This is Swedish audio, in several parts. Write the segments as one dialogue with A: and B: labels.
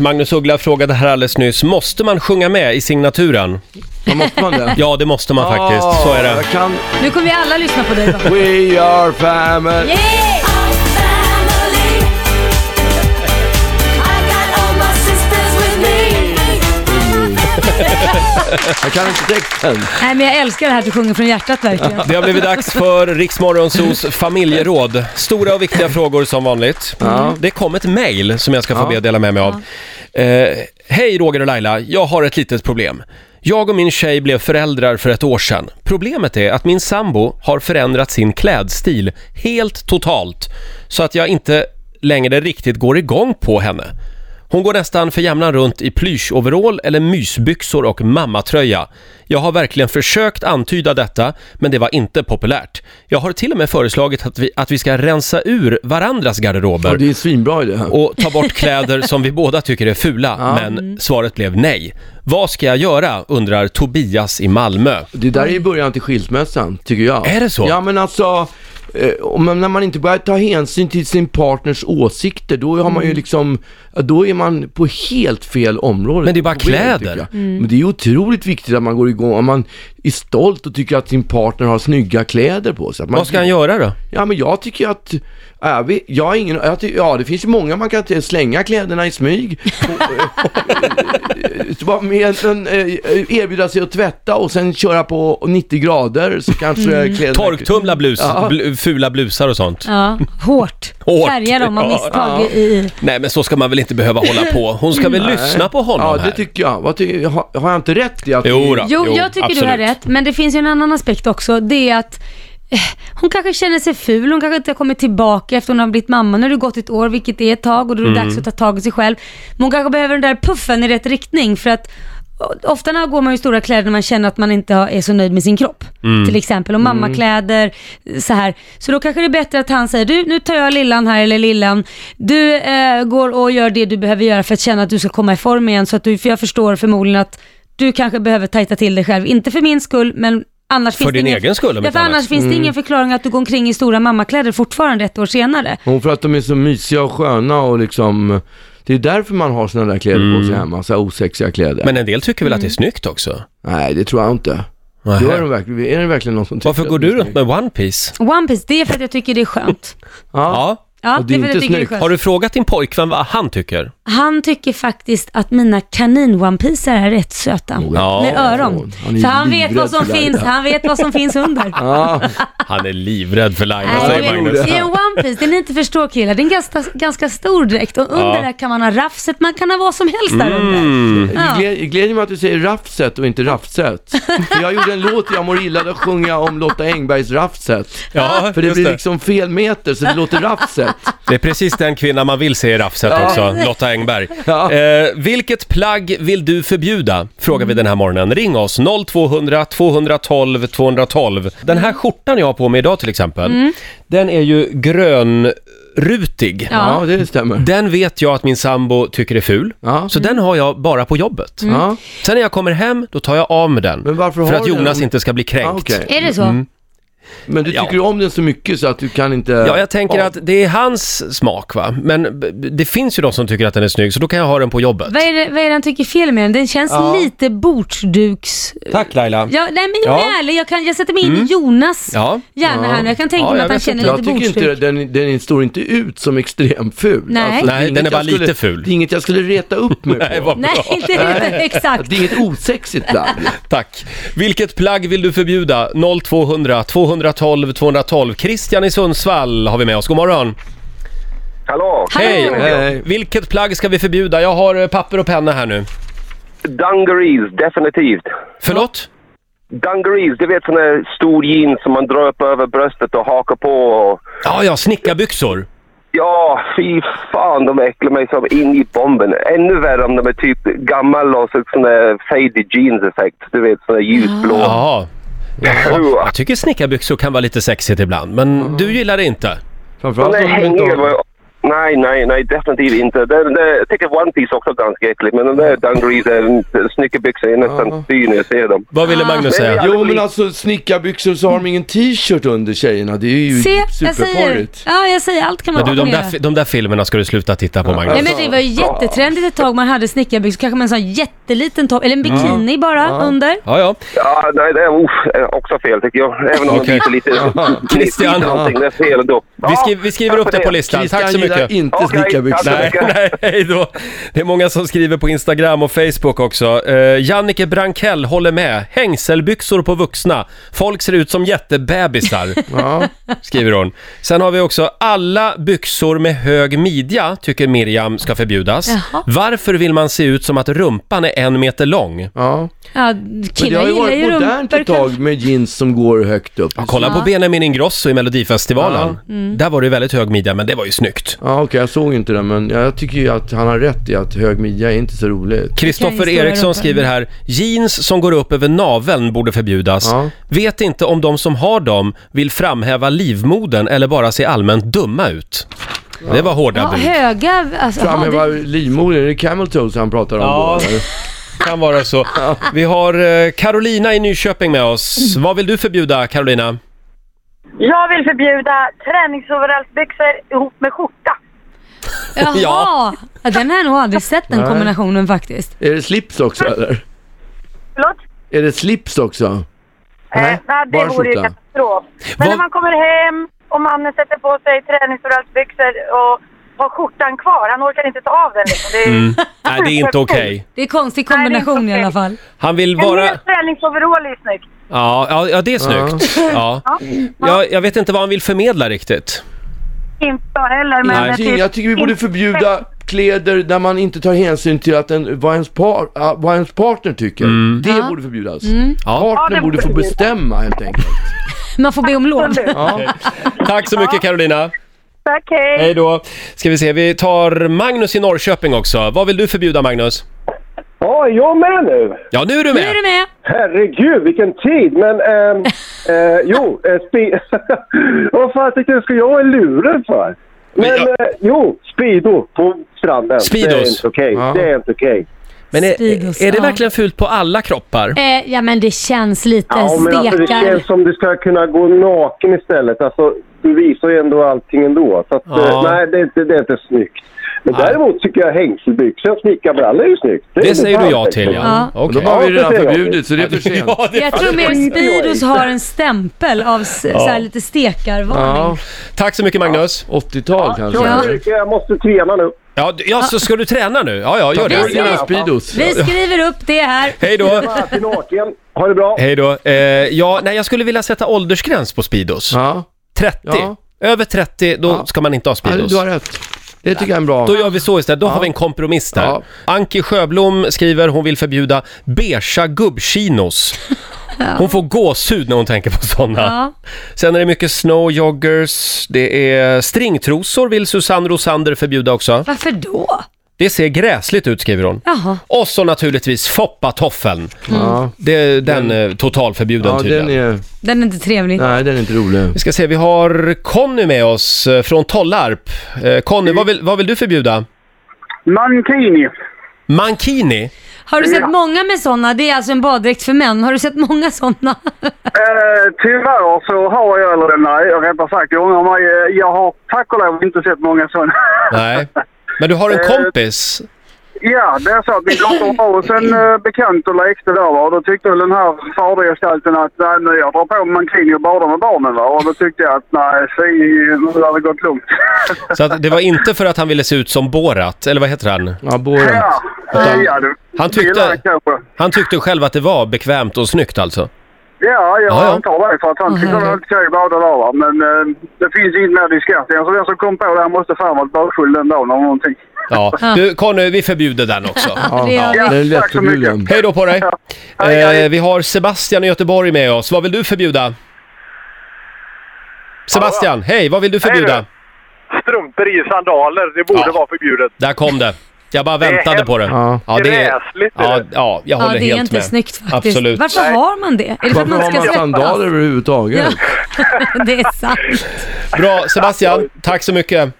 A: Magnus Uggla frågade här alldeles nyss, måste man sjunga med i signaturen?
B: Då måste man det.
A: Ja, det måste man
B: Ah.
A: faktiskt. Så är det.
B: Jag kan...
C: Nu kommer vi alla lyssna på dig då.
B: We are family.
C: Yay!
B: Jag kan inte texten.
C: Nej men jag älskar det här att du sjunger från hjärtat verkligen.
A: Det har blivit dags för Riksmorgonsos familjeråd. Stora och viktiga frågor som vanligt. Det kom ett mejl som jag ska få be att dela med mig av. Eh, Hej Roger och Laila, jag har ett litet problem. Jag och min tjej blev föräldrar för ett år sedan. Problemet är att min sambo har förändrat sin klädstil helt totalt så att jag inte längre riktigt går igång på henne. Hon går nästan för jämnan runt i plysch-overall eller mysbyxor och mammatröja. Jag har verkligen försökt antyda detta, men det var inte populärt. Jag har till och med föreslagit att vi, att vi ska rensa ur varandras
B: Ja,
A: garderober
B: det är svinbra idé. här.
A: och ta bort kläder som vi båda tycker är fula, men svaret blev nej. Vad ska jag göra, undrar Tobias i Malmö.
B: Det där är ju början till skilsmässan, tycker jag.
A: Är det så?
B: Ja, men alltså, eh, om man, när man inte börjar ta hänsyn till sin partners åsikter, då har man ju liksom, ja, då är man på helt fel område.
A: Men det är bara
B: Problem,
A: kläder.
B: tycker jag. Men det är ju otroligt viktigt att man går igång, om man är stolt och tycker att sin partner har snygga kläder på sig. Att man,
A: Vad ska han göra då?
B: Ja, men jag tycker att, ja, vi, jag har ingen, jag tycker, ja, det finns ju många man kan till- slänga kläderna i smyg. Och, eh, eh, Vara med, men, eh, erbjuda sig att tvätta och sen köra på 90 grader så kanske kläderna...
A: Torktumla blus,
B: Ja.
A: bl- fula blusar och sånt.
C: Ja, hårt.
A: Hårt.
C: Färga dem av
A: Ja,
C: misstag i- i...
A: Nej, men så ska man väl inte behöva hålla på. Hon ska väl lyssna på honom
B: Ja, det
A: här?
B: tycker jag. Vad ty, har, har jag inte rätt i att...
A: Jo då.
C: Jo, jag tycker du har
A: absolut.
C: rätt. Men det finns ju en annan aspekt också. Det är att eh, hon kanske känner sig ful, hon kanske inte har kommit tillbaka efter hon har blivit mamma. Nu har det gått ett år, vilket är ett tag, och då är det
A: Mm.
C: dags att ta tag i sig själv. Men hon kanske behöver den där puffen i rätt riktning för att o- Ofta när går man i stora kläder när man känner att man inte har- är så nöjd med sin kropp.
A: Mm.
C: Till exempel, och mammakläder så här. Så då kanske det är bättre att han säger, du nu tar jag lillan här eller lillan. Du eh, går och gör det du behöver göra för att känna att du ska komma i form igen. Så att du, för jag förstår förmodligen att du kanske behöver tajta till dig själv. Inte för min skull, men annars
A: För
C: finns det
A: din
C: ingen...
A: egen skull, om
C: ja,
A: inte
C: för
A: annat.
C: annars finns det ingen förklaring att du går omkring i stora mammakläder fortfarande ett år senare.
B: Hon för att de är så mysiga och sköna och liksom... Det är därför man har såna där kläder på sig hemma, så här osexiga kläder.
A: Mm. Men en del tycker väl att det
B: Mm.
A: är snyggt också?
B: Nej, det tror jag inte.
A: Nähä.
B: Gör de verkligen, är det verkligen någon som tycker
A: Varför
B: att
A: går
B: det är
A: du runt
B: snyggt?
A: med One Piece?
C: One Piece, det är för att jag tycker det är skönt.
B: Ja.
A: Ja.
C: Ja,
B: Och det är
C: för att
B: inte
C: jag tycker det är
B: snyggt.
C: skönt.
A: Har du frågat din pojkvän vad han tycker?
C: Han tycker faktiskt att mina kanin-onepicer är rätt söta.
A: Ja.
C: Med öron.
B: Han är
C: För han vet
B: livrädd
C: vad som
B: för Laila.
C: finns, han vet vad som finns under.
B: ja.
A: Han är livrädd för Laila,
C: Nej,
A: säger
C: du
A: Magnus.
C: vet, I en One Piece, det ni inte förstår killar, det är en ganska, ganska stor dräkt och under
A: Ja.
C: där kan man ha rafset, man kan ha vad som helst där under.
A: Mm.
C: Ja.
B: Det glä- gläder mig att du säger Raffset och inte Raffset. För jag gjorde en låt i Jag mår illa, där sjöng jag om Lotta Engbergs Raffset.
A: Ja,
B: För det
A: just
B: blir
A: det.
B: liksom fel meter, så det låter Raffset.
A: Det är precis den kvinna man vill se i Rafset också, Lotta Engberg.
B: Ja.
A: Eh, vilket plagg vill du förbjuda? Frågar vi den här morgonen. Ring oss, 0200 212 212. Den här skjortan jag har på mig idag till exempel,
B: Mm.
A: den är ju grönrutig.
B: Ja,
C: Ja.
B: det stämmer.
A: Den vet jag att min sambo tycker är ful,
B: Ja.
A: så den har jag bara på jobbet.
B: Ja.
A: Sen när jag kommer hem, då tar jag av mig den.
B: Men varför
A: för
B: har
A: att
B: du den?
A: Jonas inte ska bli kränkt.
B: Ja, okej.
C: Är det så?
B: Men du tycker
A: Ja.
B: om den så mycket så att du kan inte...
A: Ja, jag tänker att det är hans smak va, men b- b- det finns ju de som tycker att den är snygg så då kan jag ha den på jobbet.
C: Vad är, det, vad är det han tycker fel med den? Den känns lite bordsduks...
A: Tack Laila.
C: Ja, nej men jag är
A: Ja.
C: ärlig, jag, kan, jag sätter mig in i Jonas
A: Ja.
C: hjärna här nu. Jag kan tänka
A: Ja,
C: mig
A: jag
C: att han
A: vet
C: känner
A: inte.
B: Jag
C: lite
B: tycker
C: bordsduk.
B: inte den, den står inte ut som extremt ful.
C: Nej.
B: det
A: Nej, den
B: inget
A: är bara
B: jag skulle,
A: lite ful.
B: Det är inget jag skulle reta upp mig
A: Nej,
B: på.
A: vad
C: Nej,
A: bra.
C: det är inte exakt.
B: Det är inget osexigt plagg.
A: Tack. Vilket plagg vill du förbjuda? 0200 212 212. Christian i Sundsvall har vi med oss. God morgon.
D: Hallå!
C: Hallå.
A: eh,
B: Hej.
A: Vilket plagg ska vi förbjuda? Jag har eh, papper och penna här nu.
D: Dungarees, definitivt.
A: Förlåt?
D: Dungarees, du vet sån där stor jeans som man drar upp över bröstet och hakar på. Och...
A: Ja, ja, snickarbyxor.
D: Ja, fy fan, de äcklar mig som in i bomben. Ännu värre om de är typ gammal och så sån där faded jeans-effekt. Du vet, sån där ljusblå.
A: Jaha.
D: Ua.
A: Jag tycker
B: Mm.
A: snickarbyxor kan vara lite sexigt ibland, men du gillar det inte.
D: De
B: Framförallt
D: där
B: om de inte
D: hänger
B: har...
D: med, Nej, nej, nej, definitivt inte. Den, den, jag tycker One Piece också är ganska äcklig, men den där dungarees, eh, snickerbyxor, jag är nästan spyr när jag ser dem.
A: Vad ville Magnus
D: Nej,
A: säga?
D: jag-
B: Jo men alltså snickarbyxor så har de ingen t-shirt under tjejerna. Det är ju
C: Se, jag säger,
B: superporrigt.
C: ja, jag säger allt kan man
A: Men du, de
C: opponera.
A: där, fi- de där filmerna ska du sluta titta på, Magnus.
C: Nej men det var ju jättetrendigt ett tag man hade snickarbyxor, kanske med en sån jätteliten topp, eller en bikini bara under.
A: Ja, ja.
D: Ja, nej, det är usch, är också fel tycker jag. Även om
A: Okej.
D: okay. de lite...
A: Christian.
D: Någonting, det är fel ändå.
A: Vi,
D: Ja,
A: skri- vi skriver
D: tack
A: upp
D: för
A: det på listan. Tack så
B: Christian gillar
A: mycket.
B: inte
D: Okej,
B: snickarbyxor.
D: tack.
A: Nej, nej, hej då. Det är många som skriver på Instagram och Facebook också. Uh, Jannike Brankell håller med. Hängselbyxor på vuxna. Folk ser ut som jättebebisar,
B: Ja.
A: skriver hon. Sen har vi också alla byxor med hög midja tycker Miriam ska förbjudas.
C: Jaha.
A: Varför vill man se ut som att rumpan är en meter lång?
B: Ja.
C: Ja,
B: Men det
C: killar
B: har ju
C: gillar
B: varit
C: ju
B: modernt
C: rumpor
B: ett
C: kanske.
B: tag med jeans som går högt upp. Ja,
A: Kolla på Benjamin Ingrosso i Melodifestivalen.
C: Mm.
A: Där var det ju väldigt hög midja, men det var ju snyggt.
B: okej jag såg inte det men jag tycker ju att han har rätt i att hög midja är inte så roligt.
A: Kristoffer
C: Det kan ju stå där
A: Eriksson
C: uppe.
A: skriver här, jeans som går upp över naveln borde förbjudas.
B: Ja.
A: Vet inte om de som har dem vill framhäva livmodern eller bara se allmänt dumma ut. Det var hårda
C: Ja,
A: bud.
C: höga, alltså, ja, det-
B: Framhäva livmodern, är det camel toes han pratar om
A: Ja.
B: då? eller?
A: Kan vara så. Vi har eh, Carolina i Nyköping med oss. Vad vill du förbjuda Carolina?
E: Jag vill förbjuda träningsoverallsbyxor ihop med skjorta.
C: Jaha!
A: Ja.
C: Ja. Den har jag nog aldrig sett den
B: Nej.
C: kombinationen faktiskt.
B: Är det slips också eller?
E: Förlåt?
B: Är det slips också?
E: Eh, nej, det
B: bara
E: vore ju
B: skjorta.
E: katastrof. Men
A: Vad-
E: när man kommer hem och mannen sätter på sig träningsoverallsbyxor och har skjortan kvar, han orkar inte ta av den liksom. Det är
A: Nej, det är inte okej.
C: Det är konstig
E: Nej, det är inte
C: kombination i
E: okej.
C: alla fall.
A: Han vill
E: En
A: vara...
E: hel träningsoverall är ju snyggt.
A: Ja, ja, ja det är snyggt. Ja. Jag, jag vet inte vad han vill förmedla riktigt.
E: Inte jag heller,
A: Nej.
E: men... det
B: Jag
E: är
B: tycker, jag tycker vi borde
E: inte-
B: förbjuda kläder där man inte tar hänsyn till att en, vad, ens par, ah, vad ens partner tycker. Det
C: Ja.
B: borde förbjudas.
A: Ja.
E: Ja,
B: Partnern
E: det
B: borde få
E: borde
B: bestämma helt enkelt.
C: Man får be om lov.
E: Absolut.
B: Ja.
A: Tack så mycket Carolina.
E: Tack, hej.
A: Hej då. Ska vi se, vi tar Magnus i Norrköping också. Vad vill du förbjuda Magnus?
F: Ja, jag med nu.
A: Ja, nu är du med!
C: Nu är du med!
F: Herregud, vilken tid. Men, ehm, eh, jo, eh, spe- Vad fan tycker du ska jag ha luren för? Men,
A: Men jag-
F: eh, jo, Speedo på stranden. Det är
A: Speedos.
F: inte okej.
B: Ja.
F: Det är inte okej.
A: Men är,
C: Speedos,
A: är det
C: ja.
A: verkligen fult på alla kroppar?
C: Eh, ja men det känns lite
F: Ja, men alltså, det
C: stekar.
F: känns som du ska kunna gå naken istället. Alltså, du visar ju ändå allting ändå. Så att,
A: Ja.
F: eh, nej, det, är inte- det är inte snyggt. Men däremot tycker jag hängselbyxor och snickarbrallor är ju snyggt. är
A: Det säger du
F: fan
A: ja
F: snyggt.
A: till ja.
C: Ja.
B: Och då
A: Okej.
B: har vi
F: Ja,
B: redan
F: det ser jag.
B: förbjudit så det är för sent.
A: Ja, det-
C: Jag tror mer Speedos har en stämpel av s- så här lite
B: Ja,
C: stekarvarning.
A: Tack så mycket Magnus.
B: 80-tal kanske.
C: Ja.
F: Jag tycker Jag måste träna nu.
A: Ja, d- ja så ska du träna nu? Ja, ja, gör
B: Ta bort
A: det.
C: Precis.
B: dina Speedos.
C: Vi skriver upp det här.
A: Hej då!
F: Fan, till naken. Ha det bra.
A: Hej då. Eh, ja, nej, jag skulle vilja sätta åldersgräns på Speedos.
B: Ja.
A: 30.
B: Ja.
A: Över 30, då
B: Ja.
A: ska man inte ha
B: ja,
A: Speedos.
B: du har rätt. Det tycker jag är en bra...
A: Då gör vi så istället, då har vi en kompromiss där.
B: Ja.
A: Anki Sjöblom skriver, hon vill förbjuda beigea gubbchinos. Hon får gåshud när hon tänker på sådana.
C: Ja.
A: Sen är det mycket snowjoggers, det är stringtrosor vill Susanne Rosander förbjuda också.
C: Varför då?
A: Det ser gräsligt ut skriver hon.
C: Jaha.
A: Och så naturligtvis foppatoffeln.
C: Mm.
B: Ja,
A: Det, den är totalförbjuden
B: ja
A: tydligen.
B: den är...
C: Den är inte trevlig.
B: Nej, den är inte rolig.
A: Vi ska se, vi har Conny med oss eh, från Tollarp. Eh, Conny, vad, vill, vad vill du förbjuda?
G: Mankini.
A: Mankini?
C: Har du sett många med sådana? Det är alltså en baddräkt för män. Har du sett många sådana?
G: Eh, tyvärr så har jag, eller nej, rättare sagt, jag ångrar mig. Eh, Jag har tack och lov inte sett många sådana.
A: Nej. Men du har en kompis?
G: ja, det är så att min dotter har hos en eh, bekant och lekte där va? och då tyckte väl den här fadergestalten att nej, nu jag drar på mig mankini och badar med barnen va. Och då tyckte jag att nej, fy, nu har det gått lugnt.
A: Så att det var inte för att han ville se ut som Borat, eller vad heter han?
B: Ja, båren.
G: ja, eh, ja, du.
A: Han tyckte-
G: Gillar det kanske.
A: Han tyckte själv att det var bekvämt och snyggt alltså.
G: Ja, jag
A: Ja, ja.
G: antar det för att han
C: Åh,
G: tyckte det var
C: herregud.
G: helt okej att bada där va. Men eh, det finns inget mer diskant. Alltså den som kom på det här måste fan varit bakfull den dagen eller någonting.
A: Ja.
C: Ah.
A: Du, Conny, vi förbjuder den också.
C: Det gör vi.
B: Den är
G: tack så mycket.
B: lättförbjuden.
A: Hej då på dig!
G: Hej, hej.
A: Eh, vi har Sebastian i Göteborg med oss. Vad vill du förbjuda? Sebastian, hej! Vad vill du förbjuda?
H: strumpor i sandaler. Det borde
A: Ja.
H: vara förbjudet.
A: Där kom det. Jag bara väntade på det.
B: Ja.
A: Ja, det är,
H: Gräsligt är
A: ja,
H: det.
A: ja, jag
C: Ja,
A: håller
C: det är
A: helt
C: inte
A: med.
C: snyggt faktiskt.
A: Absolut.
C: Varför har man det? Är det för att
B: Varför
C: man
B: har
C: ska
B: man sandaler
C: svettas?
B: överhuvudtaget?
C: Ja, det är sant.
A: Bra, Sebastian, tack så mycket.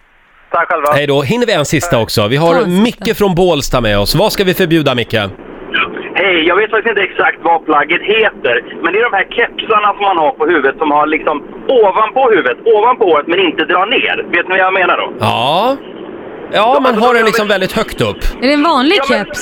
D: Tack själva.
A: Hej då. Hinner vi en sista också? Vi
C: Ta
A: har
C: en sista.
A: Micke från Bålsta med oss. Vad ska vi förbjuda, Micke?
D: Hej, jag vet faktiskt inte exakt vad plagget heter, men det är de här kepsarna som man har på huvudet som har liksom ovanpå huvudet, ovanpå håret, men inte drar ner. Vet ni vad jag menar då?
A: Ja... Ja, man har den liksom väldigt högt upp.
C: Är det en vanlig
D: Ja, men-
C: keps?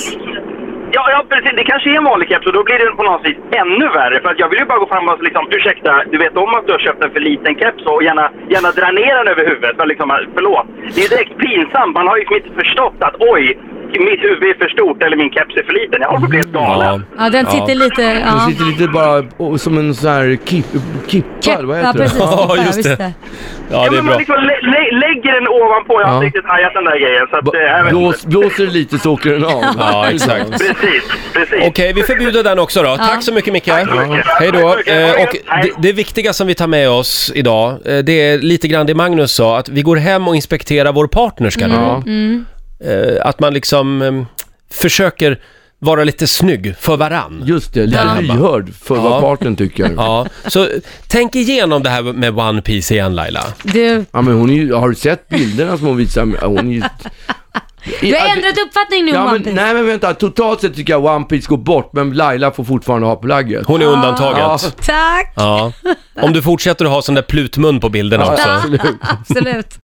D: Ja, ja, precis. Det kanske är en vanlig keps och då blir det på något vis ännu värre. För att jag vill ju bara gå fram och liksom, ursäkta, du vet om att du har köpt en för liten keps och gärna, gärna dra ner den över huvudet. Men liksom, förlåt. Det är direkt pinsamt. Man har ju liksom inte förstått att oj, mitt huvud är för stort eller min keps är för liten. Jag håller på att bli helt
A: Mm. Ja.
D: galen.
C: Ja, den sitter lite...
B: Den
C: Ja.
B: sitter lite bara och, som en sån här kip,
C: Kepp,
B: kippad, vad
C: ja
B: heter
C: precis.
B: det?
A: Ja,
C: Ja,
A: just
C: just
A: det.
C: det.
A: Ja, det är
D: men
A: bra.
D: man liksom lä- lä- lägger den ovanpå. Jag har
B: Ja.
D: inte riktigt hajat den där grejen. Så att, eh, jag
B: Ba-
D: vet
B: Blås,
D: inte.
B: blåser det lite så åker den av.
A: Ja, exakt.
D: Precis, precis.
A: Okej, vi förbjuder den också då. Tack så mycket Micke. Hej då. Eh, och det, det viktiga som vi tar med oss idag, eh, det är lite grann det Magnus sa, att vi går hem och inspekterar vår partners
B: Mm.
A: garderob.
C: Mm,
A: Eh, att man liksom eh, försöker vara lite snygg för varann.
B: Just det, lite
A: Där.
B: lyhörd för
A: Ja.
B: vad parten tycker. Ja.
A: Ja, så eh, tänk igenom det här med One Piece igen Laila.
C: Du,
B: men hon är ju, har du sett bilderna som hon visar? mig? Hon är ju...
C: du har ändrat uppfattning nu om
B: ja,
C: One
B: men,
C: Piece.
B: Nej men vänta, totalt sett tycker jag One Piece går bort, men Laila får fortfarande ha plagget.
A: Hon är undantaget.
C: Tack!
A: Ja. Om du fortsätter att ha sån där plutmun på bilderna också.
C: Absolut.